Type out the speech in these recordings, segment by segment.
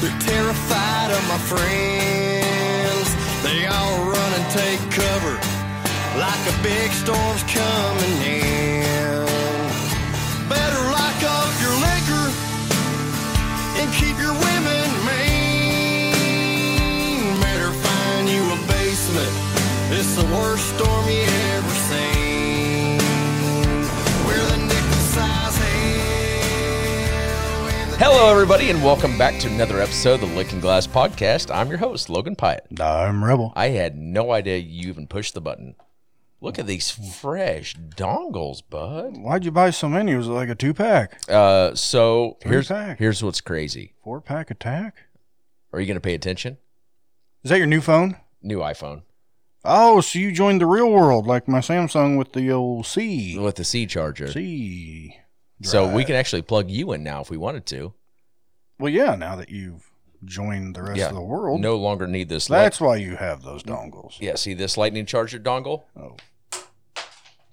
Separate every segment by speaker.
Speaker 1: They're terrified of my friends. They all run and take cover like a big storm's coming in. Better lock up your liquor and keep your women mean. Better find you a basement. It's the worst storm you ever seen. We're the nickel size hell. and the
Speaker 2: Hello, everybody, and welcome back to another episode of the Licking Glass Podcast. I'm your host, Logan Pyatt.
Speaker 3: I'm Rebel.
Speaker 2: I had no idea you even pushed the button. Look at these fresh dongles, bud.
Speaker 3: Why'd you buy so many? Was it like a two pack?
Speaker 2: Uh, so here's
Speaker 3: pack.
Speaker 2: here's what's crazy.
Speaker 3: Four pack attack?
Speaker 2: Are you going to pay attention?
Speaker 3: Is that your new phone?
Speaker 2: New iPhone
Speaker 3: Oh, so you joined the real world like my Samsung with the old C.
Speaker 2: with the C charger,
Speaker 3: C.
Speaker 2: so we can actually plug you in now if we wanted to.
Speaker 3: Well, yeah, now that you've joined the rest of the world,
Speaker 2: no longer need this. light-
Speaker 3: Oh. that's why you have those dongles.
Speaker 2: yeah. See this lightning charger dongle.
Speaker 3: Oh.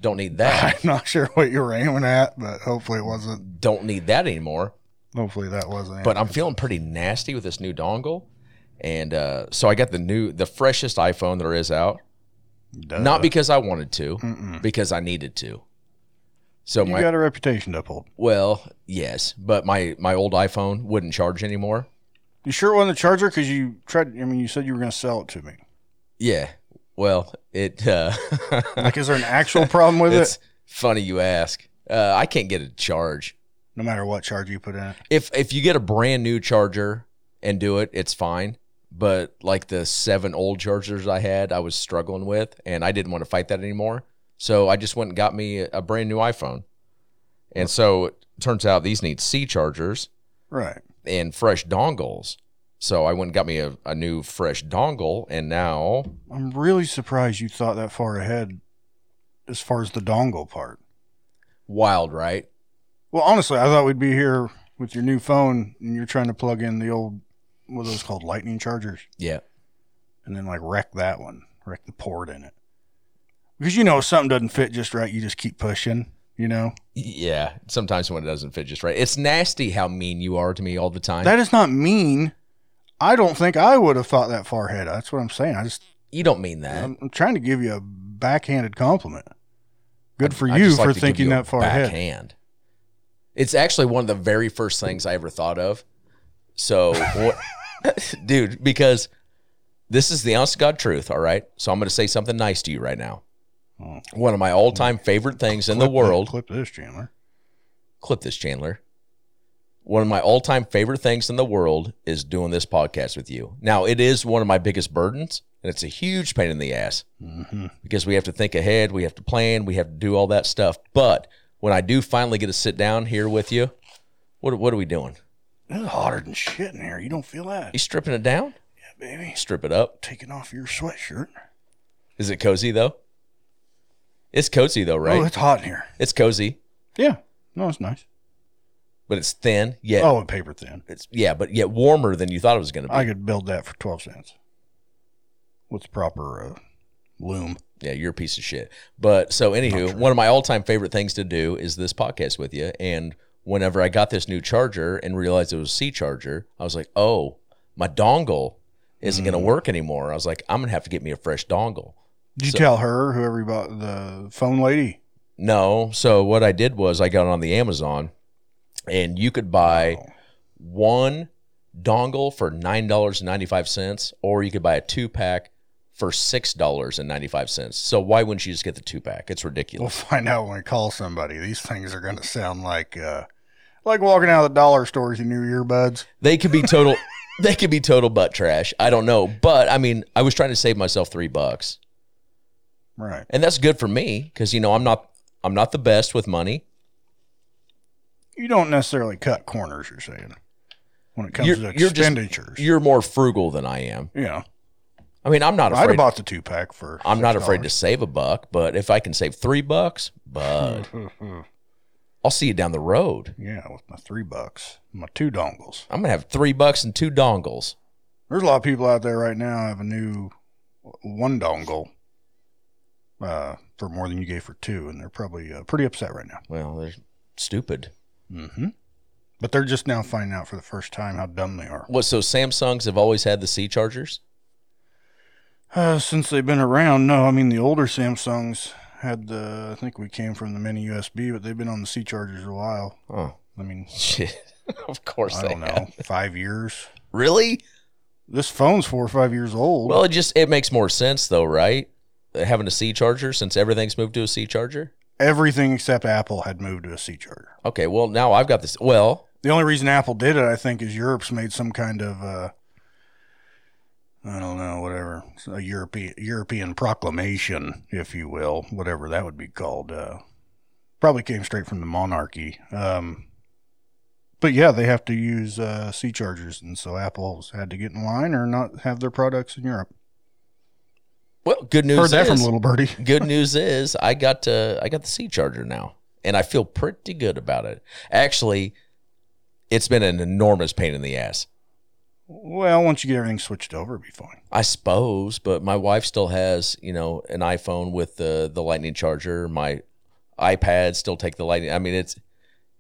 Speaker 2: Don't need that.
Speaker 3: I'm not sure what you were aiming at, but hopefully it wasn't.
Speaker 2: Don't need that anymore.
Speaker 3: Hopefully that wasn't.
Speaker 2: but I'm feeling pretty nasty with this new dongle. And uh, so I got the new, the freshest iPhone there is out.
Speaker 3: Duh.
Speaker 2: Not because I wanted to, because I needed to. So
Speaker 3: Hmm. you
Speaker 2: my
Speaker 3: got a reputation to uphold.
Speaker 2: well, yes, but my my old iPhone wouldn't charge anymore.
Speaker 3: You sure it wasn't the charger? Because you tried. I mean, you said you were going to sell it to me.
Speaker 2: Yeah, well, it uh,
Speaker 3: Like, is there an actual problem with
Speaker 2: it's
Speaker 3: it?
Speaker 2: funny you ask. Uh, I can't get a charge.
Speaker 3: No matter what charger you put in it.
Speaker 2: If if you get a brand new charger and do it, it's fine. But like the seven old chargers I had, I was struggling with, and I didn't want to fight that anymore. So I just went and got me a- a brand new iPhone. And so it turns out these need C chargers
Speaker 3: Right.
Speaker 2: and fresh dongles. So I went and got me a, a new fresh dongle, and now
Speaker 3: I'm really surprised you thought that far ahead as far as the dongle part.
Speaker 2: wild, right?
Speaker 3: Well, honestly, I thought we'd be here with your new phone and you're trying to plug in the old, what are those called, lightning chargers,
Speaker 2: Yeah.
Speaker 3: and then like wreck that one, wreck the port in it. Because you know, if something doesn't fit just right, you just keep pushing, you know?
Speaker 2: Yeah. Sometimes when it doesn't fit just right, it's nasty how mean you are to me all the time.
Speaker 3: That is not mean. I don't think I would have thought that far ahead. That's what I'm saying. I just,
Speaker 2: you don't mean that.
Speaker 3: I'm, I'm trying to give you a backhanded compliment. Good for
Speaker 2: I
Speaker 3: you
Speaker 2: just like
Speaker 3: for
Speaker 2: to give
Speaker 3: thinking
Speaker 2: you a
Speaker 3: that far ahead.
Speaker 2: backhand. It's actually one of the very first things I ever thought of. So, what, dude, because this is the honest to God truth, all right? So, I'm going to say something nice to you right now.
Speaker 3: Oh.
Speaker 2: One of my all time favorite things in the
Speaker 3: Clip that-
Speaker 2: world,
Speaker 3: Clip this, Chandler.
Speaker 2: clip this, Chandler. One of my all time favorite things in the world is doing this podcast with you. Now, it is one of my biggest burdens, and it's a huge pain in the ass
Speaker 3: Mm-hmm.
Speaker 2: because we have to think ahead, we have to plan, we have to do all that stuff. But when I do finally get to sit down here with you, what what are we doing?
Speaker 3: It's hotter than shit in here. You don't feel that,
Speaker 2: You stripping it down?
Speaker 3: baby.
Speaker 2: Strip it up.
Speaker 3: Taking off your sweatshirt. Oh,
Speaker 2: Is it cozy though? It's cozy though, right?
Speaker 3: Oh, it's hot in here.
Speaker 2: it's cozy,
Speaker 3: Yeah. No, it's nice.
Speaker 2: but it's thin. Yet
Speaker 3: Oh, and paper thin.
Speaker 2: it's yeah, but yet warmer than you thought it was going to be.
Speaker 3: I could build that for 12 cents with the proper uh, loom.
Speaker 2: yeah, you're a piece of shit. But so, anywho, one of my all time favorite things to do is this podcast with you. And whenever I got this new charger and realized it was a C charger, I was like, oh, my dongle isn't going to work anymore. I was like, I'm going to have to get me a fresh dongle.
Speaker 3: Did you
Speaker 2: So-
Speaker 3: tell her, whoever you bought the phone lady?
Speaker 2: No. So, what I did was I got on the Amazon and you could buy
Speaker 3: Oh.
Speaker 2: one dongle for $9.95, or you could buy a two pack for $6.95. So, why wouldn't you just get the two pack? It's ridiculous.
Speaker 3: We'll find out when we call somebody. These things are going to sound like uh, like walking out of the dollar store with your new earbuds.
Speaker 2: They could be total. they could be total butt trash. I don't know, but I mean, I was trying to save myself three bucks,
Speaker 3: Right.
Speaker 2: and that's good for me because you know I'm not I'm not the best with money.
Speaker 3: You don't necessarily cut corners, you're saying. when it comes
Speaker 2: You're-
Speaker 3: to
Speaker 2: you're just-
Speaker 3: expenditures.
Speaker 2: You're more frugal than I am.
Speaker 3: yeah,
Speaker 2: I mean, I'm not
Speaker 3: I'd have
Speaker 2: afraid.
Speaker 3: bought the two pack for.
Speaker 2: I'm not afraid to save a buck, but if I can save three bucks, bud, I'll see you down the road.
Speaker 3: Yeah, with my three bucks, my two dongles.
Speaker 2: I'm gonna have three bucks and two dongles.
Speaker 3: There's a lot of people out there right now have a new one dongle uh, for more than you gave for two, and they're probably uh, pretty upset right now.
Speaker 2: Well, they're stupid.
Speaker 3: Mm-hmm. But they're just now finding out for the first time how dumb they are.
Speaker 2: What? So Samsungs have always had the C chargers.
Speaker 3: Uh, since they've been around, no, I mean the older Samsungs had the. I think we came from the mini USB, but they've been on the C chargers a while.
Speaker 2: Oh
Speaker 3: I mean,
Speaker 2: shit! of course
Speaker 3: I
Speaker 2: they
Speaker 3: don't
Speaker 2: have.
Speaker 3: know, five years.
Speaker 2: Really?
Speaker 3: This phone's four or five years old.
Speaker 2: Well, it just it makes more sense though, right? Having a C charger since everything's moved to a C charger.
Speaker 3: Everything except Apple had moved to a C charger.
Speaker 2: Okay, well now I've got this. Well,
Speaker 3: The only reason Apple did it, I think, is Europe's made some kind of uh, I don't know, whatever a European European proclamation, if you will, whatever that would be called. Uh, probably came straight from the monarchy. Um, but yeah, they have to use uh, C chargers, and so Apple's had to get in line or not have their products in Europe.
Speaker 2: well, good news.
Speaker 3: Heard that from
Speaker 2: is-
Speaker 3: Little Birdie.
Speaker 2: good news is I got to I got the C charger now, and I feel pretty good about it. Actually, it's been an enormous pain in the ass,
Speaker 3: Well, once you get everything switched over, it'll be fine.
Speaker 2: I suppose. But my wife still has you know an iPhone with the the Lightning charger. My iPad still take the Lightning. I mean, it's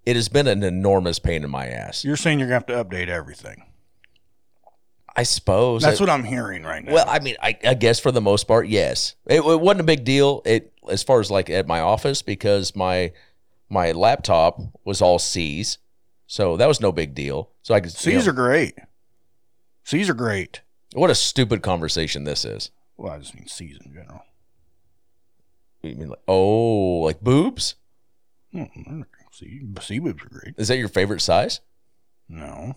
Speaker 2: it has been an enormous pain in my ass.
Speaker 3: You're saying you're gonna have to update everything.
Speaker 2: I suppose
Speaker 3: That's
Speaker 2: I-
Speaker 3: what I'm hearing right now.
Speaker 2: Well, I mean, I, I guess for the most part, yes. It, it wasn't a big deal. It as far as like at my office because my my laptop was all C's, so that was no big deal. So I could you
Speaker 3: C's
Speaker 2: know-
Speaker 3: are great. C's are great.
Speaker 2: what a stupid conversation this is.
Speaker 3: Well, I just mean C's in general.
Speaker 2: You mean like oh like boobs?
Speaker 3: Hmm, C, C boobs are great.
Speaker 2: Is that your favorite size?
Speaker 3: No.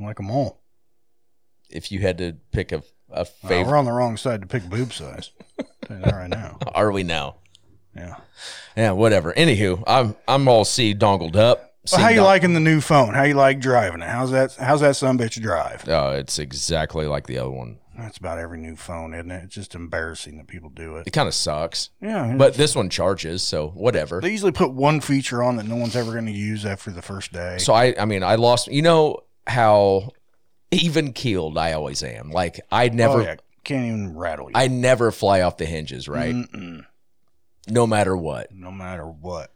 Speaker 3: I like them all.
Speaker 2: If you had to pick a a
Speaker 3: Uh,
Speaker 2: favorite,
Speaker 3: we're on the wrong side to pick boob size. Tell you that right now.
Speaker 2: are we now?
Speaker 3: Yeah.
Speaker 2: Yeah, whatever. Anywho, I'm I'm all C dongled up.
Speaker 3: So
Speaker 2: C
Speaker 3: how you
Speaker 2: dong-
Speaker 3: liking the new phone? How you like driving it? How's that? How's that son bitch drive?
Speaker 2: Oh, it's exactly like the other one.
Speaker 3: That's about every new phone, isn't it? It's just embarrassing that people do
Speaker 2: It
Speaker 3: it.
Speaker 2: kind of sucks,
Speaker 3: Yeah.
Speaker 2: but this one charges, so whatever.
Speaker 3: they usually put one feature on that no one's ever going to use after the first day.
Speaker 2: So I, I mean, I lost. You know how even keeled I always am. Like I never,
Speaker 3: Oh, yeah. Can't even rattle you.
Speaker 2: I never fly off the hinges, right?
Speaker 3: Mm-mm. Mm-hmm.
Speaker 2: No matter what.
Speaker 3: No matter what.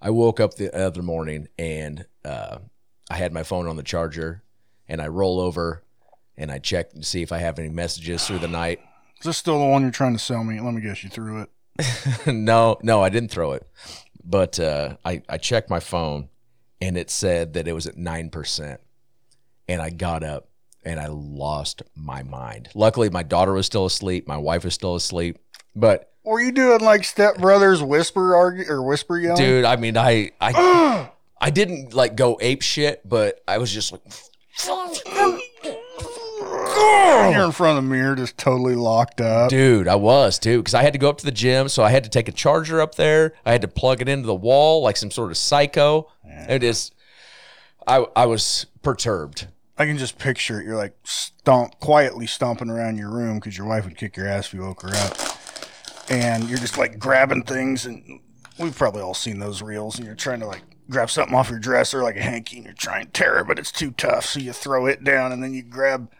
Speaker 2: I woke up the other morning and uh, I had my phone on the charger, and I roll over and I check to see if I have any messages through the night.
Speaker 3: Is this still the one you're trying to sell me? Let me guess. You threw it.
Speaker 2: no, no, I didn't throw it, but uh, I I checked my phone, and it said that it was at nine percent, and I got up and I lost my mind. Luckily, my daughter was still asleep, my wife was still asleep, but
Speaker 3: Were you doing like Step Brothers whisper argue or whisper yelling?
Speaker 2: dude, I mean, I I I didn't like go ape shit, but I was just like,
Speaker 3: You're in front of the mirror, just totally locked up.
Speaker 2: dude, I was too, because I had to go up to the gym, so I had to take a charger up there, I had to plug it into the wall like some sort of psycho. It is, I I was perturbed.
Speaker 3: I can just picture it. You're like stomp quietly stomping around your room because your wife would kick your ass if you woke her up, and you're just like grabbing things. And we've probably all seen those reels. And you're trying to like grab something off your dresser, like a hanky, and you're trying to tear it, but it's too tough, so you throw it down, and then you grab,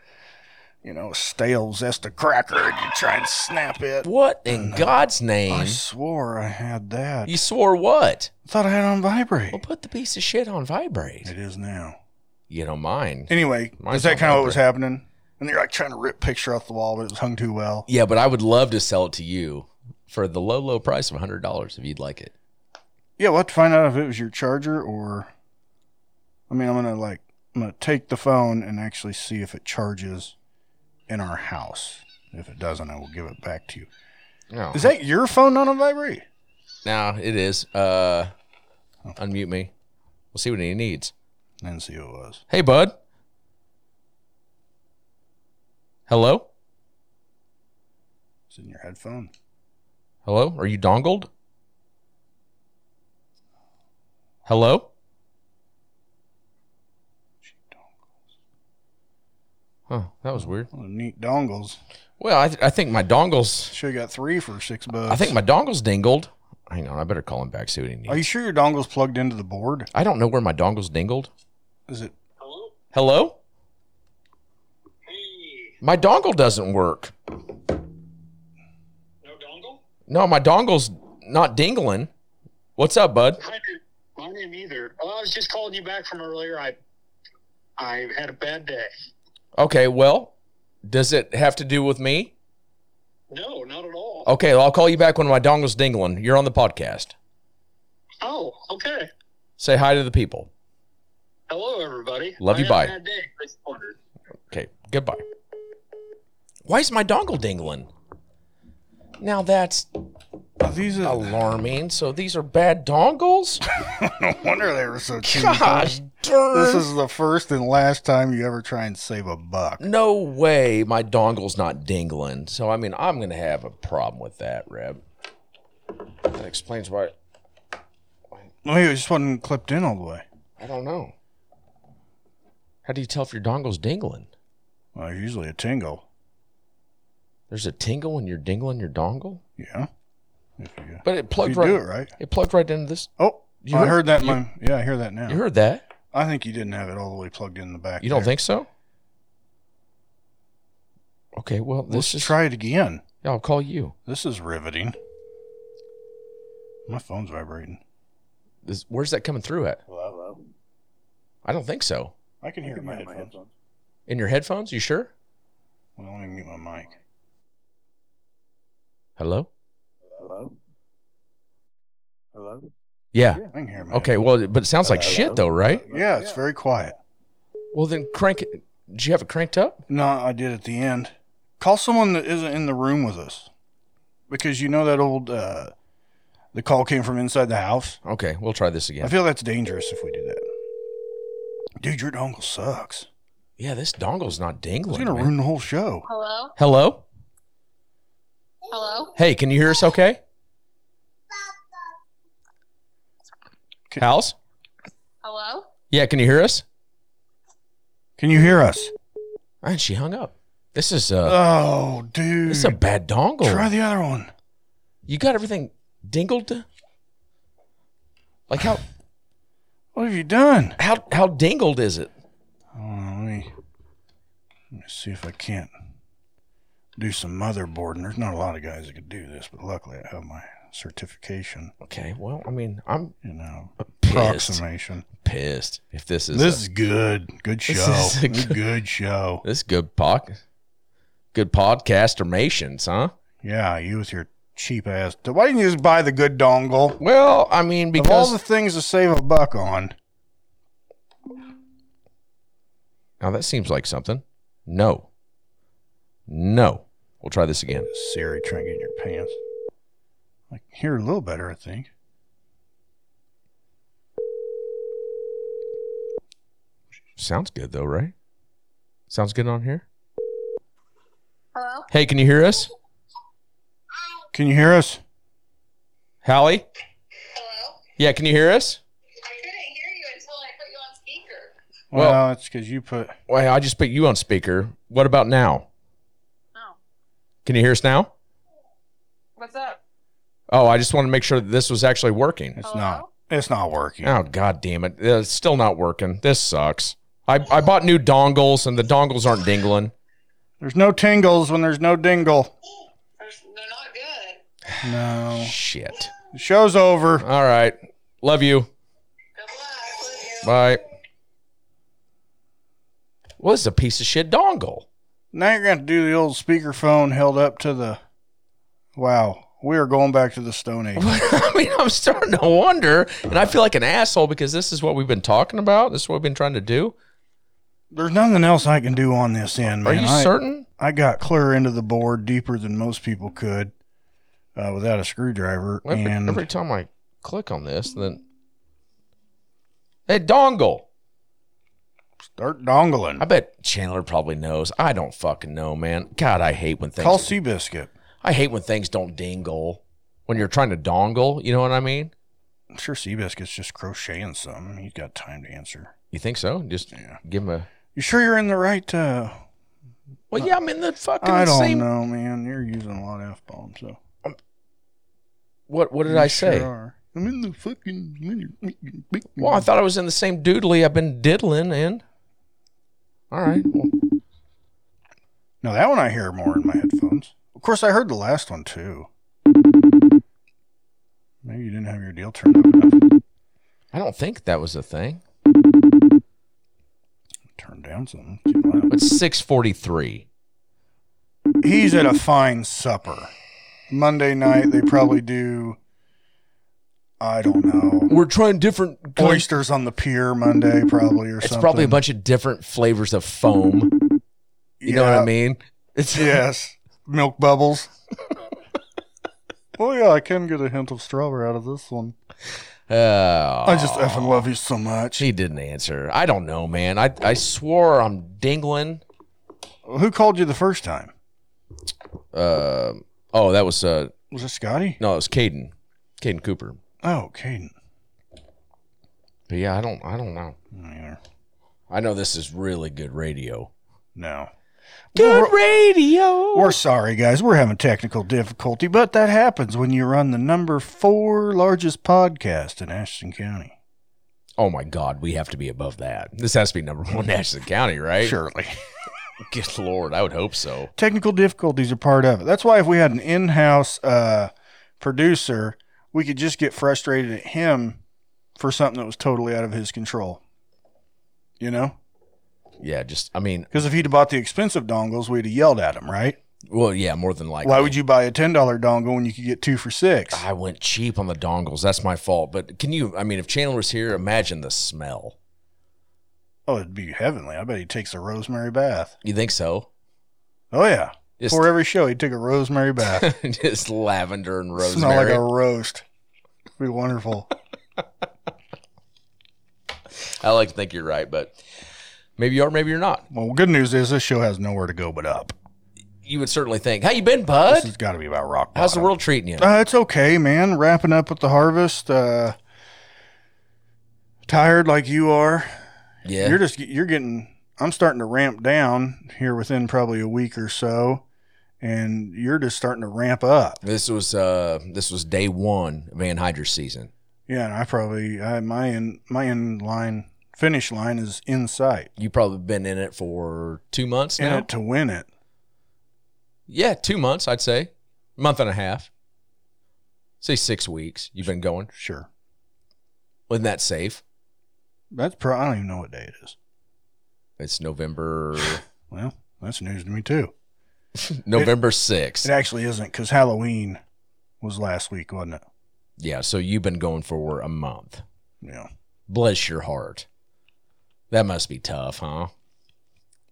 Speaker 3: you know, a stale zest of cracker, and you try and snap it.
Speaker 2: What in God's
Speaker 3: Mm-hmm. I
Speaker 2: name?
Speaker 3: swore I had that.
Speaker 2: You swore what?
Speaker 3: I thought I had it on vibrate.
Speaker 2: Well, put the piece of shit on vibrate.
Speaker 3: It is now.
Speaker 2: You don't mind.
Speaker 3: Anyway,
Speaker 2: Mine's
Speaker 3: is that
Speaker 2: on
Speaker 3: kind of what was
Speaker 2: vibrate.
Speaker 3: happening? And they're like trying to rip picture off the wall, but it was hung too well.
Speaker 2: Yeah, but I would love to sell it to you for the low, low price of hundred dollars if you'd like it.
Speaker 3: Yeah, we'll have to find out if it was your charger or. I mean, I'm gonna like I'm gonna take the phone and actually see if it charges in our house. If it doesn't, I will give it back to you.
Speaker 2: No,
Speaker 3: Is that your phone not on vibrate?
Speaker 2: no, it is. Uh, unmute me. We'll see what he needs.
Speaker 3: I didn't see who it was.
Speaker 2: Hey, bud. Hello,
Speaker 3: It's in your headphone.
Speaker 2: hello. Are you dongled? Hello. Oh, that was weird.
Speaker 3: What a neat dongles.
Speaker 2: Well, I, th- I think my dongles.
Speaker 3: Should have got three for six bucks.
Speaker 2: I think my dongles dingled. Hang on, I better call him back see what he
Speaker 3: Are
Speaker 2: needs.
Speaker 3: you sure your dongle's plugged into the board?
Speaker 2: I don't know where my dongles dingled.
Speaker 3: Is it?
Speaker 4: Hello?
Speaker 2: Hello,
Speaker 4: Hey,
Speaker 2: my dongle doesn't work.
Speaker 4: no dongle?
Speaker 2: No, my dongle's not dingling. What's up, bud?
Speaker 4: I didn't- Mine didn't either. Well, I was just calling you back from earlier. I I had a bad day.
Speaker 2: Okay, well, does it have to do with me?
Speaker 4: No, not at all.
Speaker 2: Okay, well, I'll call you back when my dongle's dingling. You're on the podcast.
Speaker 4: Oh, okay.
Speaker 2: Say hi to the people.
Speaker 4: Hello, everybody.
Speaker 2: Love
Speaker 4: I
Speaker 2: you,
Speaker 4: had
Speaker 2: bye.
Speaker 4: A bad day. I just wondered.
Speaker 2: Okay, goodbye. Why is my dongle dingling? Now that's
Speaker 3: Are these a
Speaker 2: alarming. So these are bad dongles?
Speaker 3: wonder they were so cheap.
Speaker 2: Gosh darn.
Speaker 3: This is the first and last time you ever try and save a buck.
Speaker 2: no way my dongle's not dingling. So, I mean, I'm going to have a problem with that, Reb. That explains why.
Speaker 3: Maybe it just wasn't clipped in all the way.
Speaker 2: I don't know. How do you tell if your dongle's dingling?
Speaker 3: Well, usually a tingle.
Speaker 2: There's a tingle when you're dingling your dongle?
Speaker 3: Yeah. If you,
Speaker 2: But it
Speaker 3: if you
Speaker 2: plugged
Speaker 3: do
Speaker 2: right.
Speaker 3: it right.
Speaker 2: It plugged right into this.
Speaker 3: Oh,
Speaker 2: You
Speaker 3: I
Speaker 2: heard-
Speaker 3: heard that.
Speaker 2: you-
Speaker 3: my, yeah, I hear that now.
Speaker 2: You heard that?
Speaker 3: I think you didn't have it all the way plugged in the back.
Speaker 2: You don't
Speaker 3: there.
Speaker 2: think so? Okay, well, this
Speaker 3: Let's
Speaker 2: is.
Speaker 3: try it again.
Speaker 2: I'll call you.
Speaker 3: This is riveting. My phone's vibrating.
Speaker 2: This, where's that coming through at?
Speaker 5: Hello, hello.
Speaker 2: I don't think so.
Speaker 3: I can hear it in my
Speaker 5: Got my
Speaker 3: headphones.
Speaker 5: headphones.
Speaker 2: In your headphones? You sure?
Speaker 3: Well, let me mute my mic.
Speaker 2: Hello?
Speaker 5: Hello. Hello.
Speaker 2: Yeah.
Speaker 3: I can hear my
Speaker 2: Okay, well, but it sounds like
Speaker 5: Hello?
Speaker 2: shit, though, right?
Speaker 3: Yeah, it's very quiet.
Speaker 2: Well, then crank it. Did you have it cranked up?
Speaker 3: No, I did at the end. Call someone that isn't in the room with us, because you know that old uh, the call came from inside the house.
Speaker 2: Okay, we'll try this
Speaker 3: I
Speaker 2: again.
Speaker 3: feel that's dangerous if we do that. Dude, your dongle sucks.
Speaker 2: Yeah, this dongle's not
Speaker 3: It's
Speaker 2: dingling.
Speaker 3: gonna
Speaker 2: man.
Speaker 3: ruin the whole show.
Speaker 6: Hello?
Speaker 2: Hello?
Speaker 6: Hello?
Speaker 2: Hey, can you hear us okay?
Speaker 3: Can-
Speaker 2: House?
Speaker 6: Hello?
Speaker 2: Yeah, can you hear us?
Speaker 3: Can you hear us?
Speaker 2: And she hung up. This is uh,
Speaker 3: Oh, dude.
Speaker 2: this is a bad dongle.
Speaker 3: Try the other one.
Speaker 2: you got everything dingled. Like how
Speaker 3: What have you done?
Speaker 2: how how dingled is it?
Speaker 3: Hold on, let me, let me see if I can't do some motherboarding. There's not a lot of guys that could do this, but luckily I have my certification,
Speaker 2: Okay, well, I mean, I'm
Speaker 3: you know,
Speaker 2: pissed.
Speaker 3: approximation.
Speaker 2: Pissed if this is
Speaker 3: This
Speaker 2: a-
Speaker 3: is good. Good show.
Speaker 2: This
Speaker 3: This
Speaker 2: is
Speaker 3: is
Speaker 2: a
Speaker 3: good, show.
Speaker 2: this good pod, good podcastermations, huh?
Speaker 3: Yeah, you with your cheap ass. Why didn't you just buy the good dongle?
Speaker 2: Well, I mean,
Speaker 3: of all
Speaker 2: because
Speaker 3: the things to save a buck on,
Speaker 2: now that seems like something. No, no, we'll try this again.
Speaker 3: Siri, try and get in your pants. I can hear a little better, I think.
Speaker 2: Sounds good though, right? Sounds good on here.
Speaker 6: Hello?
Speaker 2: Hey, can you hear us,
Speaker 3: Can you hear us?
Speaker 2: Hallie?
Speaker 6: Hello?
Speaker 2: Yeah, can you hear us?
Speaker 6: I couldn't hear you until I put you on speaker.
Speaker 2: Well-
Speaker 3: Well, it's because you put.
Speaker 2: Well, I just put you on speaker. What about now?
Speaker 6: Oh.
Speaker 2: Can you hear us now?
Speaker 6: What's up?
Speaker 2: Oh, I just want to make sure that this was actually working.
Speaker 3: It's
Speaker 6: Hello?
Speaker 3: not. It's not working.
Speaker 2: Oh, god damn it. Uh, It's still not working. This sucks. I, I bought new dongles and the dongles aren't dingling.
Speaker 3: There's no tingles when there's no dingle.
Speaker 6: They're, they're not good.
Speaker 3: No.
Speaker 2: Shit.
Speaker 3: The show's over.
Speaker 2: All right. Love you.
Speaker 6: Good luck. Love you.
Speaker 2: Bye. Well, this is a piece of shit dongle.
Speaker 3: Now you're going to do the old speakerphone held up to the. Wow. We are going back to the Stone Age.
Speaker 2: I mean, I'm starting to wonder, and I feel like an asshole because this is what we've been talking about. This is what we've been trying to do.
Speaker 3: There's nothing else I can do on this end,
Speaker 2: Are
Speaker 3: man.
Speaker 2: you
Speaker 3: I,
Speaker 2: certain?
Speaker 3: I got clear into the board deeper than most people could uh, without a screwdriver.
Speaker 2: Every,
Speaker 3: and
Speaker 2: every time I click on this, then. Hey, dongle.
Speaker 3: start
Speaker 2: I
Speaker 3: dongling.
Speaker 2: bet Chandler probably knows. I don't fucking know, man. God, I hate when things.
Speaker 3: Call Seabiscuit.
Speaker 2: I hate when things don't dingle. When you're trying to dongle, you know what I mean?
Speaker 3: I'm sure Seabiscuit's just crocheting something. He's got time to answer.
Speaker 2: You think so? Just
Speaker 3: Yeah.
Speaker 2: give him a.
Speaker 3: You sure you're in the right uh,
Speaker 2: Well, yeah, I'm in the fucking
Speaker 3: I don't
Speaker 2: same.
Speaker 3: know, man. You're using a lot of f bombs. So
Speaker 2: What What did
Speaker 3: You
Speaker 2: I say?
Speaker 3: sure are. I'm in the fucking.
Speaker 2: Well, I thought I was in the same doodly I've been diddling in. All right. Well,
Speaker 3: No, that one I hear more in my headphones. Of course, I heard the last one too. Maybe you didn't have your deal turned up enough.
Speaker 2: I don't think that was a thing.
Speaker 3: Turn down something. Too loud.
Speaker 2: It's 643.
Speaker 3: He's at a fine supper. Monday night they probably do. I don't know.
Speaker 2: We're trying different kinds.
Speaker 3: Oysters on the pier Monday probably or
Speaker 2: It's
Speaker 3: something.
Speaker 2: probably a bunch of different flavors of foam. You know what I
Speaker 3: Yeah.
Speaker 2: mean? It's
Speaker 3: Yes. Milk bubbles. oh yeah, I can get a hint of strawberry out of this one.
Speaker 2: Oh,
Speaker 3: I just effing love you so much.
Speaker 2: She didn't answer. I don't know, man. I I swore I'm dingling.
Speaker 3: Who called you the first time?
Speaker 2: Uh, oh, that was uh
Speaker 3: Was it Scotty?
Speaker 2: no, it was Caden, Caden Cooper.
Speaker 3: Oh, Caden.
Speaker 2: But yeah, I don't I don't know.
Speaker 3: I don't either.
Speaker 2: I know this is really good radio.
Speaker 3: No.
Speaker 2: Good radio.
Speaker 3: We're sorry, guys. We're having technical difficulty, but that happens when you run the number four largest podcast in Ashton County.
Speaker 2: oh my God, we have to be above that. This has to be number one in Ashton County, right?
Speaker 3: Surely.
Speaker 2: Good Lord, I would hope so.
Speaker 3: Technical difficulties are part of it. That's why if we had an in house uh, producer, we could just get frustrated at him for something that was totally out of his control. You know?
Speaker 2: Yeah, just I mean,
Speaker 3: Because if he'd have bought the expensive dongles, we'd have yelled at him, right?
Speaker 2: well, yeah, more than likely.
Speaker 3: Why would you buy a $10 dongle when you could get two for six?
Speaker 2: I went cheap on the dongles. That's my fault. But can you? I mean, if Chandler was here, imagine the smell.
Speaker 3: Oh, it'd be heavenly. I bet he takes a rosemary bath.
Speaker 2: You think so?
Speaker 3: Oh, yeah.
Speaker 2: Just,
Speaker 3: Before every show, he took a rosemary bath.
Speaker 2: just lavender and
Speaker 3: Smell like
Speaker 2: rosemary.
Speaker 3: a roast. Be wonderful.
Speaker 2: I like to think you're right, but maybe you are, maybe you're not.
Speaker 3: well, good news is this show has nowhere to go but up.
Speaker 2: You would certainly think, "How you been,
Speaker 3: This
Speaker 2: bud?
Speaker 3: has got to be about rock.
Speaker 2: How's the
Speaker 3: bottom.
Speaker 2: world treating you?"
Speaker 3: Uh, it's okay, man. Wrapping up with the harvest. Uh, tired like you are.
Speaker 2: Yeah,
Speaker 3: You're just you're getting. I'm starting to ramp down here within probably a week or so, and you're just starting to ramp up.
Speaker 2: this was uh this was day one of anhydrous season.
Speaker 3: Yeah, and I probably I, my in my in line finish line is in sight.
Speaker 2: You probably been in it for two months
Speaker 3: In
Speaker 2: now.
Speaker 3: it to win it.
Speaker 2: Yeah, two months, I'd say, month and a half. Say six weeks. You've been going.
Speaker 3: Sure.
Speaker 2: Wasn't that safe?
Speaker 3: That's pro. I don't even know what day it is.
Speaker 2: It's November
Speaker 3: Well, that's news to me too.
Speaker 2: November
Speaker 3: It
Speaker 2: sixth.
Speaker 3: actually isn't because Halloween was last week, wasn't it?
Speaker 2: Yeah, so you've been going for a month.
Speaker 3: Yeah.
Speaker 2: Bless your heart. That must be tough, huh?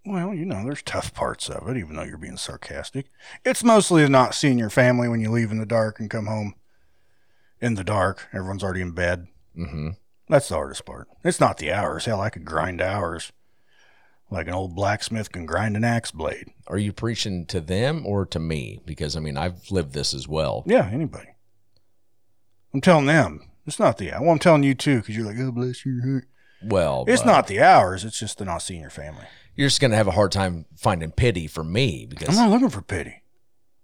Speaker 3: Well, you know, there's tough parts of it, even though you're being sarcastic. It's mostly not seeing your family when you leave in the dark and come home in the dark. Everyone's already in bed.
Speaker 2: Mm-hmm.
Speaker 3: That's the hardest part. It's not the hours. Hell, I could grind hours like an old blacksmith can grind an axe blade.
Speaker 2: Are you preaching to them or to me? Because I mean, I've lived this as well.
Speaker 3: Yeah, anybody. I'm telling them. It's not the hour. Well, I'm telling you too, because you're like, oh, bless your heart.
Speaker 2: Well,
Speaker 3: It's
Speaker 2: but
Speaker 3: not the hours. It's just the not seeing your family.
Speaker 2: You're just gonna have a hard time finding pity for me
Speaker 3: I'm
Speaker 2: because
Speaker 3: not looking for pity.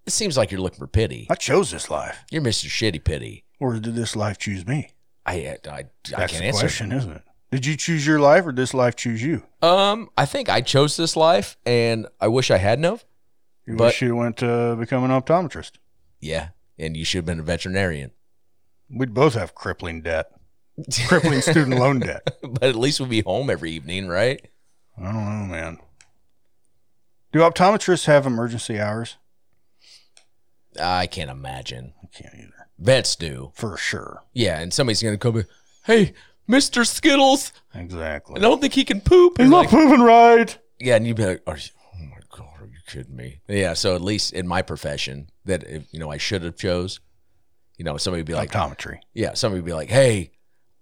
Speaker 2: it seems like you're looking for pity.
Speaker 3: I chose this life.
Speaker 2: You're Mr. Shitty Pity.
Speaker 3: Or did this life choose me?
Speaker 2: I I, I, I
Speaker 3: That's
Speaker 2: can't
Speaker 3: the
Speaker 2: answer.
Speaker 3: question, isn't it? Did you choose your life or did this life choose you?
Speaker 2: Um, I think I chose this life, and I wish I hadn't have.
Speaker 3: You
Speaker 2: But-
Speaker 3: wish you went to become an optometrist.
Speaker 2: Yeah, and you should have been a veterinarian.
Speaker 3: We'd both have crippling debt, crippling student loan debt.
Speaker 2: but at least we'd be home every evening, right?
Speaker 3: I don't know, man. Do optometrists have emergency hours?
Speaker 2: I can't imagine.
Speaker 3: I can't either.
Speaker 2: Vets do.
Speaker 3: For sure.
Speaker 2: Yeah, and somebody's gonna come. in, Hey, Mister Skittles, I
Speaker 3: Exactly.
Speaker 2: don't think he can poop.
Speaker 3: He's
Speaker 2: And
Speaker 3: not
Speaker 2: like-
Speaker 3: moving right.
Speaker 2: yeah, and you'd be like, are you, "Oh my god, are you kidding me?" Yeah. So at least in my profession, that if, you know, I should have chose. You know, somebody would be like,
Speaker 3: Optometry.
Speaker 2: Yeah, somebody would be like, "Hey,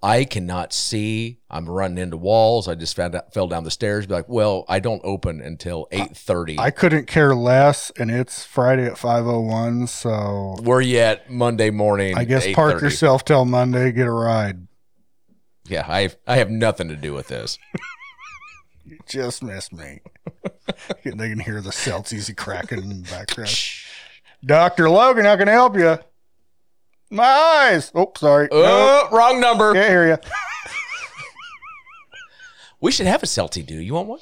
Speaker 2: I cannot see. I'm running into walls. I just found out, fell down the stairs." Be like, "Well, I don't open until 8:30.
Speaker 3: I couldn't care less, and it's Friday at 5.01, so
Speaker 2: Where you at Monday morning?
Speaker 3: I guess park
Speaker 2: 8:30?
Speaker 3: yourself till Monday, get a ride.
Speaker 2: Yeah, I have, I have nothing to do with this.
Speaker 3: You just missed me. and they can hear the Celsius cracking in the background. Dr. Logan, how can I help you? My eyes. Oh, sorry. No,
Speaker 2: Oh, wrong number.
Speaker 3: can't hear you.
Speaker 2: We should have a Celtic, dude. You want one?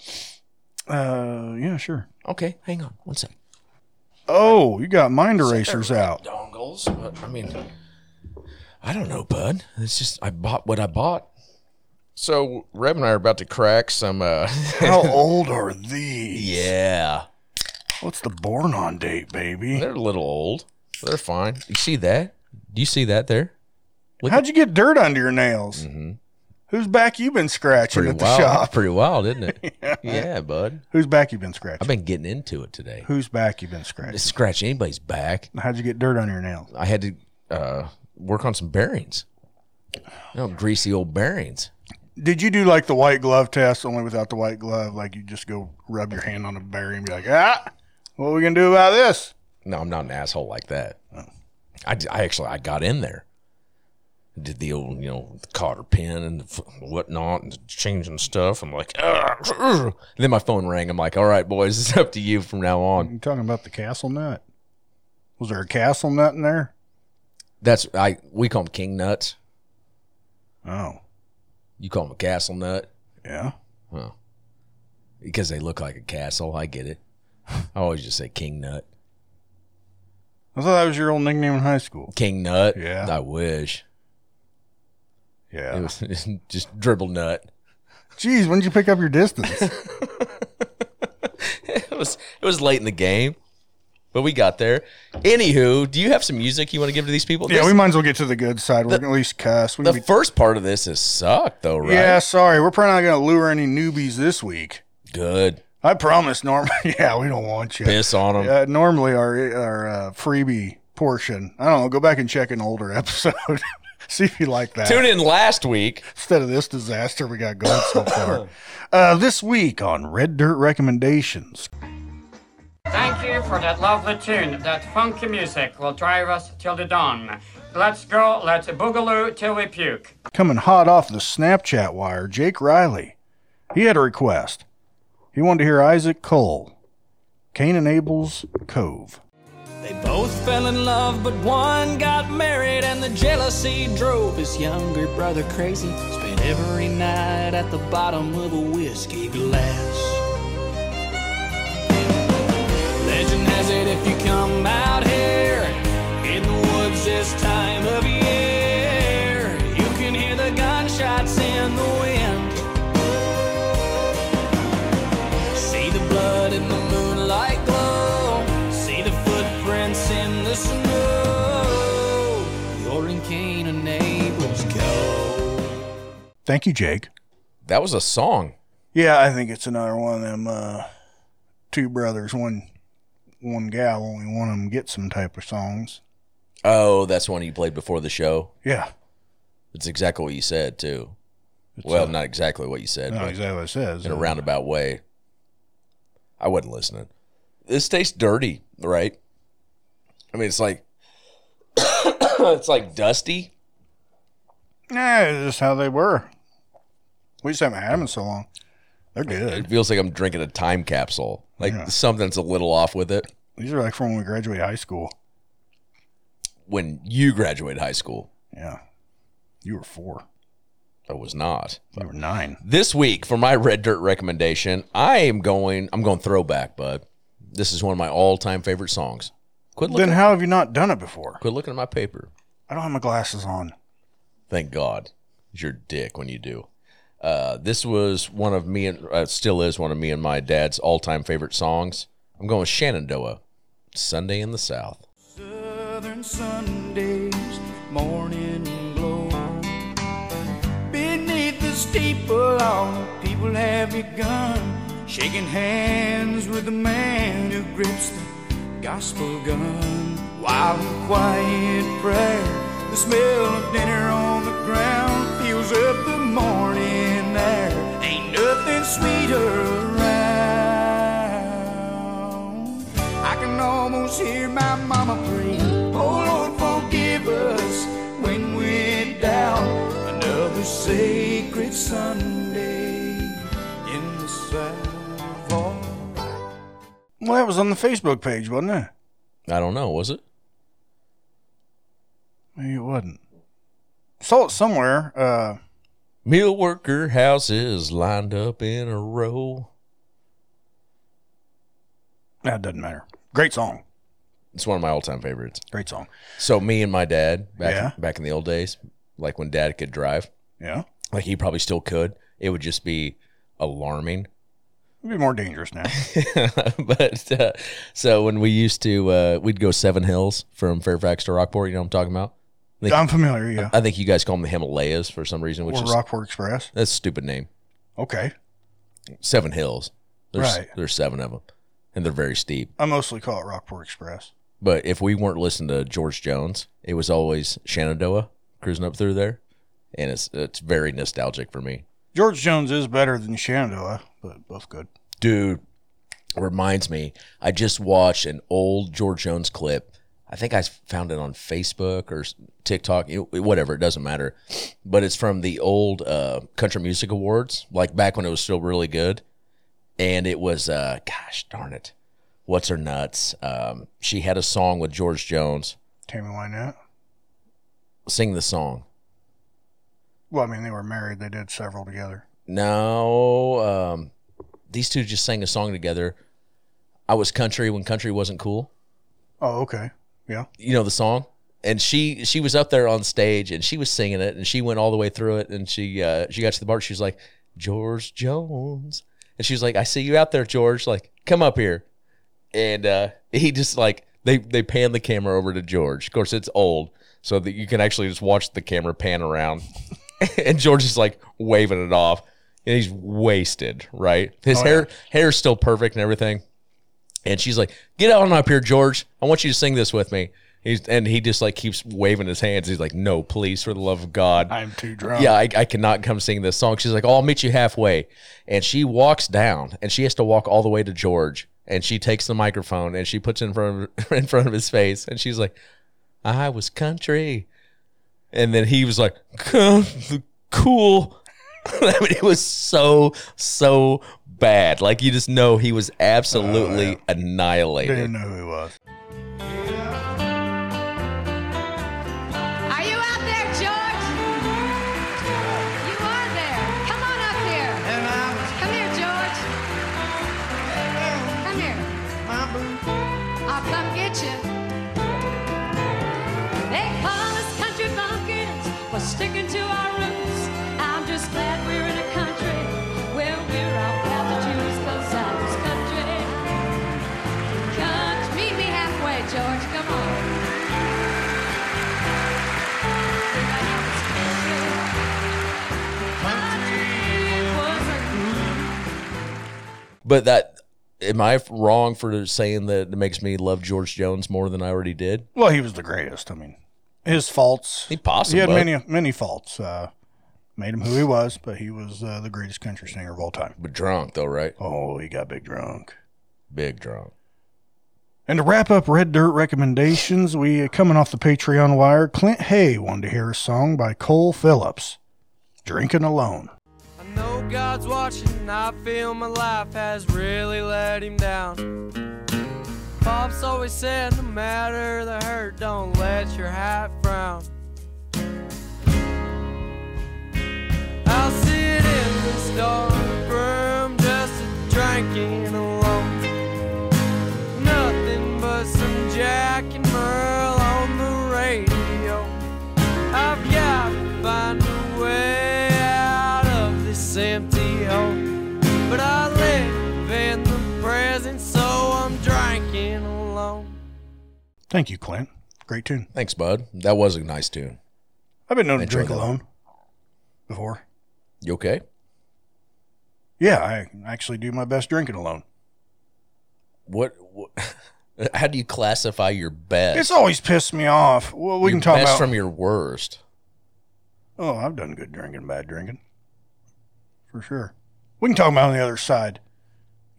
Speaker 3: Uh, yeah, sure.
Speaker 2: Okay, hang on one second.
Speaker 3: Oh, you got mind erasers out.
Speaker 2: Dongles, but I mean, I don't know, bud. It's just I bought what I bought. So Reb and I are about to crack some. uh
Speaker 3: How old are these?
Speaker 2: Yeah,
Speaker 3: What's the born on date, baby?
Speaker 2: they're a little old. They're fine. You see that? Do you see that there? Look
Speaker 3: How'd you get dirt under your nails?
Speaker 2: Mhm.
Speaker 3: Whose back you been scratching at the
Speaker 2: wild.
Speaker 3: shop?
Speaker 2: Pretty wild, isn't it? yeah. bud.
Speaker 3: Whose back you been
Speaker 2: I've
Speaker 3: scratching?
Speaker 2: been getting into it today.
Speaker 3: Whose back you been
Speaker 2: To
Speaker 3: scratching?
Speaker 2: scratch anybody's back.
Speaker 3: How'd you get dirt on your nails?
Speaker 2: I had to uh, work on some bearings. You know, greasy old bearings.
Speaker 3: Did you do like the white glove test only without the white glove? Like you just go rub your hand on a berry and be like, ah, what are we gonna do about this?
Speaker 2: No, I'm not an asshole like that.
Speaker 3: Oh.
Speaker 2: I, d- I actually I got in there, did the old you know cotter pin and f- whatnot and changing stuff. I'm like, "Ugh, ugh." then my phone rang. I'm like, all right, boys, it's up to you from now on.
Speaker 3: You talking about the castle nut? Was there a castle nut in there?
Speaker 2: That's I we call them king nuts.
Speaker 3: Oh,
Speaker 2: You call them a castle nut
Speaker 3: yeah.
Speaker 2: because they look like a castle. I get it. I always just say king nut,
Speaker 3: I thought that was your old nickname in high school.
Speaker 2: king nut.
Speaker 3: Yeah.
Speaker 2: I wish
Speaker 3: Yeah.
Speaker 2: it was just dribble nut.
Speaker 3: Jeez, when did you pick up your distance?
Speaker 2: it was it was late in the game, but we got there. Anywho, do you have some music you want to give to these people?
Speaker 3: yeah,
Speaker 2: This-
Speaker 3: we might as well get to the good side. We can at least cuss. We
Speaker 2: the
Speaker 3: can be,
Speaker 2: first part of this is suck though, right?
Speaker 3: Yeah, sorry. We're probably not gonna lure any newbies this week.
Speaker 2: Good.
Speaker 3: I promise, Norm. yeah, we don't want you.
Speaker 2: Piss on them.
Speaker 3: Uh, normally our our uh, freebie portion. I don't know. Go back and check an older episode. See if you like that.
Speaker 2: Tune in last week.
Speaker 3: Instead of this disaster we got going so far. Uh, this week on Red Dirt Recommendations.
Speaker 7: Thank you for that lovely tune. That funky music will drive us till the dawn. Let's go, let's boogaloo till we puke.
Speaker 3: Coming hot off the Snapchat wire, Jake Riley. He had a request. He wanted to hear Isaac Cole, Cain and Abel's Cove.
Speaker 8: They both fell in love, but one got married, and the jealousy drove his younger brother crazy. Spent every night at the bottom of a whiskey glass. Legend has it if you come out here in the woods this time of year, you can hear the gunshots in the wind. See the blood in the moonlight glow. See the footprints in the snow. You're in Cain and Abel's Cove.
Speaker 3: Thank you, Jake.
Speaker 2: That was a song.
Speaker 3: Yeah, I think it's another one of them uh, two brothers, one one gal. Only one of them gets some type of songs.
Speaker 2: Oh, that's one you played before the show.
Speaker 3: Yeah,
Speaker 2: It's exactly what you said too. well, not exactly what you said,
Speaker 3: no,
Speaker 2: but
Speaker 3: uh, exactly what it says.
Speaker 2: in a roundabout way. I wasn't listening. This tastes dirty, right? I mean, it's like it's like dusty.
Speaker 3: Yeah, it's just how they were. We just haven't had them in so long. They're
Speaker 2: It
Speaker 3: good.
Speaker 2: feels like I'm drinking a time capsule. Like
Speaker 3: Yeah.
Speaker 2: something's a little off with it.
Speaker 3: These are like from when we graduated high school.
Speaker 2: When you graduated high school,
Speaker 3: Yeah, you were four.
Speaker 2: I was not.
Speaker 3: You were nine.
Speaker 2: This week for my red dirt recommendation, I am going. I'm going throwback, bud. This is one of my all-time favorite songs. Quit looking.
Speaker 3: Then how have you not done it before?
Speaker 2: quit looking at my paper.
Speaker 3: I don't have my glasses on.
Speaker 2: Thank God. It's your dick when you do. Uh, this was one of me and uh, still is one of me and my dad's all time favorite songs. I'm going with Shenandoah, Sunday in the South.
Speaker 8: Southern Sundays, morning glow. Beneath the steeple, all the people have begun shaking hands with the man who grips the gospel gun. While in quiet prayer, the smell of dinner on the ground fills up the morning air. Ain't nothing sweeter around. I can almost hear my mama pray, Oh Lord, forgive us when we're down. Another sacred Sunday in the sun.
Speaker 3: Well, that was on the Facebook page, wasn't it?
Speaker 2: I don't know. Was it?
Speaker 3: Maybe it wasn't. Saw it somewhere. Uh,
Speaker 2: Meal worker houses lined up in a row.
Speaker 3: that doesn't matter. Great song.
Speaker 2: It's one of my all-time favorites.
Speaker 3: Great song.
Speaker 2: So me and my dad back
Speaker 3: Yeah.
Speaker 2: back in the old days, like when dad could drive,
Speaker 3: Yeah.
Speaker 2: like he probably still could. It would just be alarming.
Speaker 3: It'd be more dangerous now.
Speaker 2: but uh, so when we used to, uh, we'd go seven hills from Fairfax to Rockport. You know what I'm talking about? Like-
Speaker 3: I'm familiar, yeah.
Speaker 2: I think you guys call them the Himalayas for some reason, which
Speaker 3: Or
Speaker 2: is
Speaker 3: Rockport Express.
Speaker 2: that's a stupid name.
Speaker 3: Okay.
Speaker 2: Seven hills. There's
Speaker 3: Right.
Speaker 2: there's seven of them, and they're very steep.
Speaker 3: I mostly call it Rockport Express.
Speaker 2: But if we weren't listening to George Jones, it was always Shenandoah cruising up through there, and it's it's very nostalgic for me,
Speaker 3: George Jones is better than Shenandoah, but both good.
Speaker 2: dude. Reminds me, I just watched an old George Jones clip. I think I found it on Facebook or s- TikTok, you know, whatever. It doesn't matter, but it's from the old uh, Country Music Awards, like back when it was still really good, and it was, uh, gosh darn it, what's her nuts? Um, she had a song with George Jones.
Speaker 3: Tammy Wynette.
Speaker 2: Sing the song.
Speaker 3: Well, I mean, they were married. They did several together.
Speaker 2: No, um, these two just sang a song together. I was country when country wasn't cool.
Speaker 3: Oh, okay. Yeah.
Speaker 2: You know the song, and she she was up there on stage and she was singing it, and she went all the way through it, and she uh, she got to the part. She was like George Jones, and she was like, "I see you out there, George. Like, come up here." And uh, he just like they they pan the camera over to George. Of course, it's old, so that you can actually just watch the camera pan around, and George is like waving it off. And he's wasted, right? His hair hair's still perfect and everything. And she's like, "Get on up here, George. I want you to sing this with me." He's and he just like keeps waving his hands. He's like, "No, please, for the love of God."
Speaker 3: I'm too drunk.
Speaker 2: yeah, I, I cannot come sing this song. She's like, oh, I'll meet you halfway. And she walks down and she has to walk all the way to George. And she takes the microphone and she puts it in front of, in front of his face. And she's like, I was country. And then he was like, "Cuh, the cool. I mean, it was so, so bad. Like, you just know he was absolutely annihilated.
Speaker 3: Didn't know who he was.
Speaker 9: Are you out there, George? You are there. Come on up here. Come here, George. Come here. I'll come get you. They call us country bumpkins for sticking to our roots. I'm just glad we're in a country where we're all proud to choose 'cause I was country. Country, meet me halfway, George. Come on.
Speaker 2: But that, am I wrong for saying that it makes me love George Jones more than I already did?
Speaker 3: Well, he was the greatest. I mean, his faults.
Speaker 2: He possibly
Speaker 3: He had many, many faults. Uh, made him who he was, but he was uh, the greatest country singer of all time.
Speaker 2: But drunk though, right?
Speaker 3: Oh, he got big drunk.
Speaker 2: Big drunk.
Speaker 3: And to wrap up Red Dirt recommendations, we coming off the Patreon wire. Clint Hay wanted to hear a song by Cole Phillips, "Drinking Alone."
Speaker 1: I know God's watching, I feel my life has really let him down. Pop's always said, no matter the hurt, don't let your hat frown. I'll sit in this dark room just drinking alone. Nothing but some Jack and Merle on the radio. I've got to find a way out of this empty hole. But I live in the present, so I'm drinking alone.
Speaker 3: Thank you, Clint. Great tune.
Speaker 2: Thanks, bud. That was a nice tune.
Speaker 3: I've been known to
Speaker 2: Enjoy
Speaker 3: drink
Speaker 2: that.
Speaker 3: alone before.
Speaker 2: You okay?
Speaker 3: Yeah, I actually do my best drinking alone.
Speaker 2: What? what how do you classify your best?
Speaker 3: It's always pissed me off. Well, we
Speaker 2: Your
Speaker 3: can talk
Speaker 2: best
Speaker 3: about.
Speaker 2: from your worst.
Speaker 3: oh, I've done good drinking, bad drinking, for sure. We can talk about on the other side.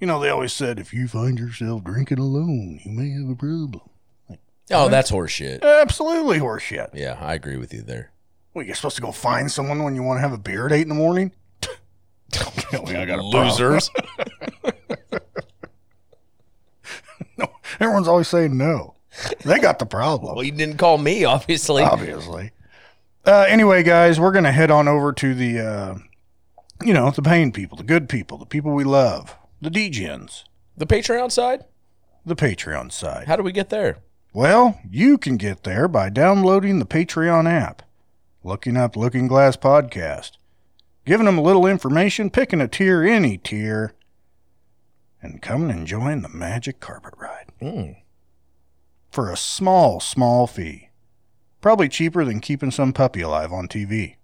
Speaker 3: You know, they always said if you find yourself drinking alone, you may have a problem. Uh-huh.
Speaker 2: Oh, that's horseshit.
Speaker 3: Absolutely horseshit.
Speaker 2: Yeah, I agree with you there.
Speaker 3: Well, you're supposed to go find someone when you want to have a beer at eight in the morning. Tell me I got a problem.
Speaker 2: Losers.
Speaker 3: Everyone's always saying no. They got the problem.
Speaker 2: Well, you didn't call me, obviously.
Speaker 3: Obviously. Uh, anyway, guys, we're going to head on over to the, uh, you know, the pain people, the good people, the people we love, the DGens,
Speaker 2: The Patreon side?
Speaker 3: the Patreon side.
Speaker 2: How do we get there?
Speaker 3: Well, you can get there by downloading the Patreon app, looking up Looking Glass Podcast, giving them a little information, picking a tier, any tier, and coming and join the magic carpet ride
Speaker 2: Mm.
Speaker 3: for a small, small fee. Probably cheaper than keeping some puppy alive on TV.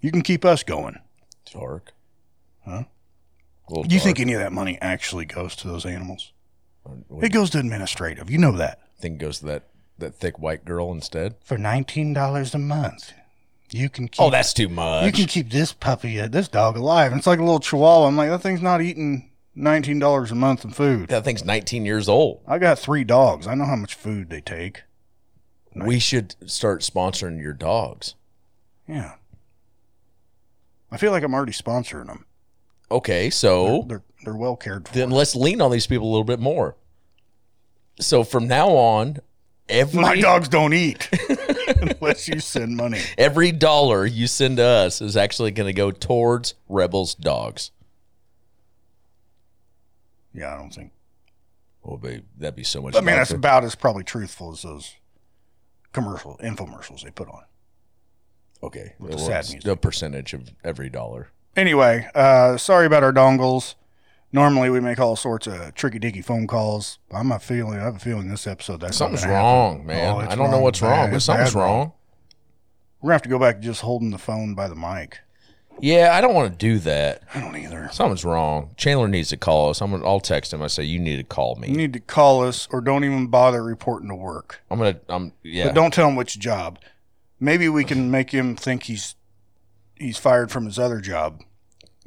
Speaker 3: You can keep us going.
Speaker 2: Dark.
Speaker 3: Huh?
Speaker 2: Little
Speaker 3: Do you think
Speaker 2: dark.
Speaker 3: any of that money actually goes to those animals?
Speaker 2: What do
Speaker 3: It goes to administrative. You know that.
Speaker 2: you think goes to that, that thick white girl instead?
Speaker 3: For $19 a month, you can keep
Speaker 2: Oh, that's too
Speaker 3: you
Speaker 2: much.
Speaker 3: can keep this puppy, uh, this dog alive. And it's like a little chihuahua. I'm like, that thing's not eating $19 a month in food.
Speaker 2: that thing's 19 years old.
Speaker 3: I got three dogs. I know how much food they take.
Speaker 2: We should start sponsoring your dogs.
Speaker 3: Yeah. I feel like I'm already sponsoring them.
Speaker 2: Okay, so
Speaker 3: They're, they're well cared for.
Speaker 2: then let's lean on these people a little bit more. So from now on, every
Speaker 3: My dogs don't eat unless you send money.
Speaker 2: every dollar you send to us is actually going to go towards Rebels dogs.
Speaker 3: Yeah, I don't think.
Speaker 2: Oh, babe, that'd be so much.
Speaker 3: I mean, that's
Speaker 2: nicer.
Speaker 3: about as probably truthful as those commercial infomercials they put on.
Speaker 2: okay.
Speaker 3: with the
Speaker 2: well,
Speaker 3: sad
Speaker 2: it's
Speaker 3: music.
Speaker 2: The percentage of every dollar.
Speaker 3: Anyway, uh, sorry about our dongles. Normally we make all sorts of tricky dicky phone calls. I'm a feeling. I have a feeling this episode that's not
Speaker 2: Something's
Speaker 3: gonna happen.
Speaker 2: wrong, man.
Speaker 3: Oh,
Speaker 2: I
Speaker 3: it's
Speaker 2: don't know
Speaker 3: wrong,
Speaker 2: what's
Speaker 3: bad.
Speaker 2: wrong, but
Speaker 3: It's
Speaker 2: something's
Speaker 3: bad wrong.
Speaker 2: wrong.
Speaker 3: We're gonna have to go back to just holding the phone by the mic.
Speaker 2: Yeah, I don't want to do that.
Speaker 3: I don't either.
Speaker 2: Something's wrong. Chandler needs to call us. I'm gonna, I'll text him. I say you need to call
Speaker 3: You
Speaker 2: me.
Speaker 3: need to call us or don't even bother reporting to work.
Speaker 2: I'm gonna. I'm yeah.
Speaker 3: But don't tell him which job. Maybe we can make him think he's he's fired from his other job.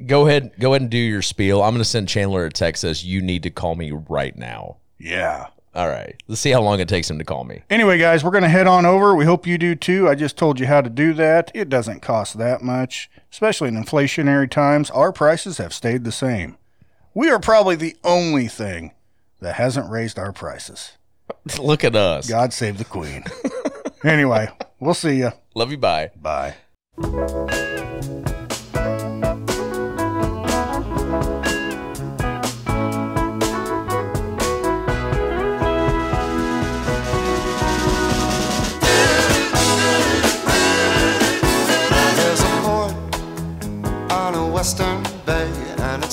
Speaker 2: Go ahead. Go ahead and do your spiel. I'm gonna send Chandler a text. that Says you need to call me right now.
Speaker 3: Yeah.
Speaker 2: All right. Let's see how long it takes him to call me.
Speaker 3: Anyway, guys, we're going to head on over. We hope you do too. I just told you how to do that. It doesn't cost that much, especially in inflationary times. Our prices have stayed the same. We are probably the only thing that hasn't raised our prices.
Speaker 2: Look at us.
Speaker 3: God save the Queen. anyway, we'll see you.
Speaker 2: Love you. Bye.
Speaker 3: Bye.
Speaker 1: There's a port on a western bay, and it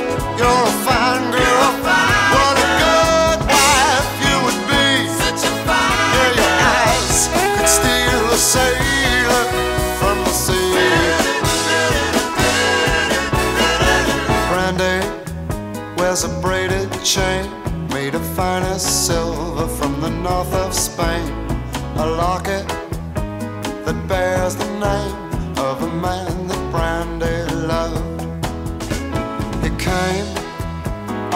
Speaker 1: you're a fine girl. What a good wife you would be. Such a fine Yeah, your eyes could steal a sailor from the sea. Brandy wears a braided chain made of finest silver from the north of Spain. A locket that bears the name of a man that Brandy loved. He came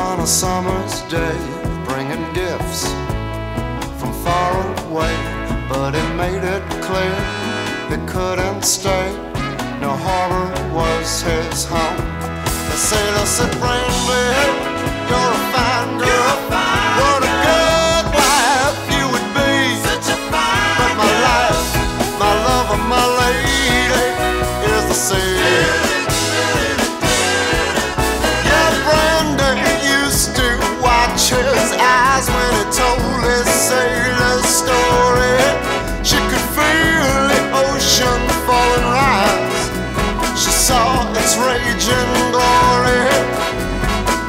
Speaker 1: on a summer's day, bringing gifts from far away, but he made it clear he couldn't stay. No harbor was his home. The sailor said, Brandy, you're a fine girl. What a good wife you would be. Such a fine But my life, my love, and my lady is the sea. Yeah, Brandon used to watch his eyes when he told his sailor story. She could feel the ocean falling rise. She saw its raging glory.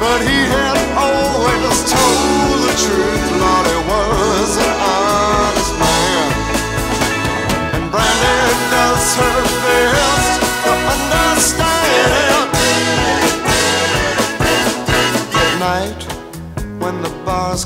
Speaker 1: But he had always told the truth, Lord, he was an honest man. And Brandy does her best to understand. At night, when the bars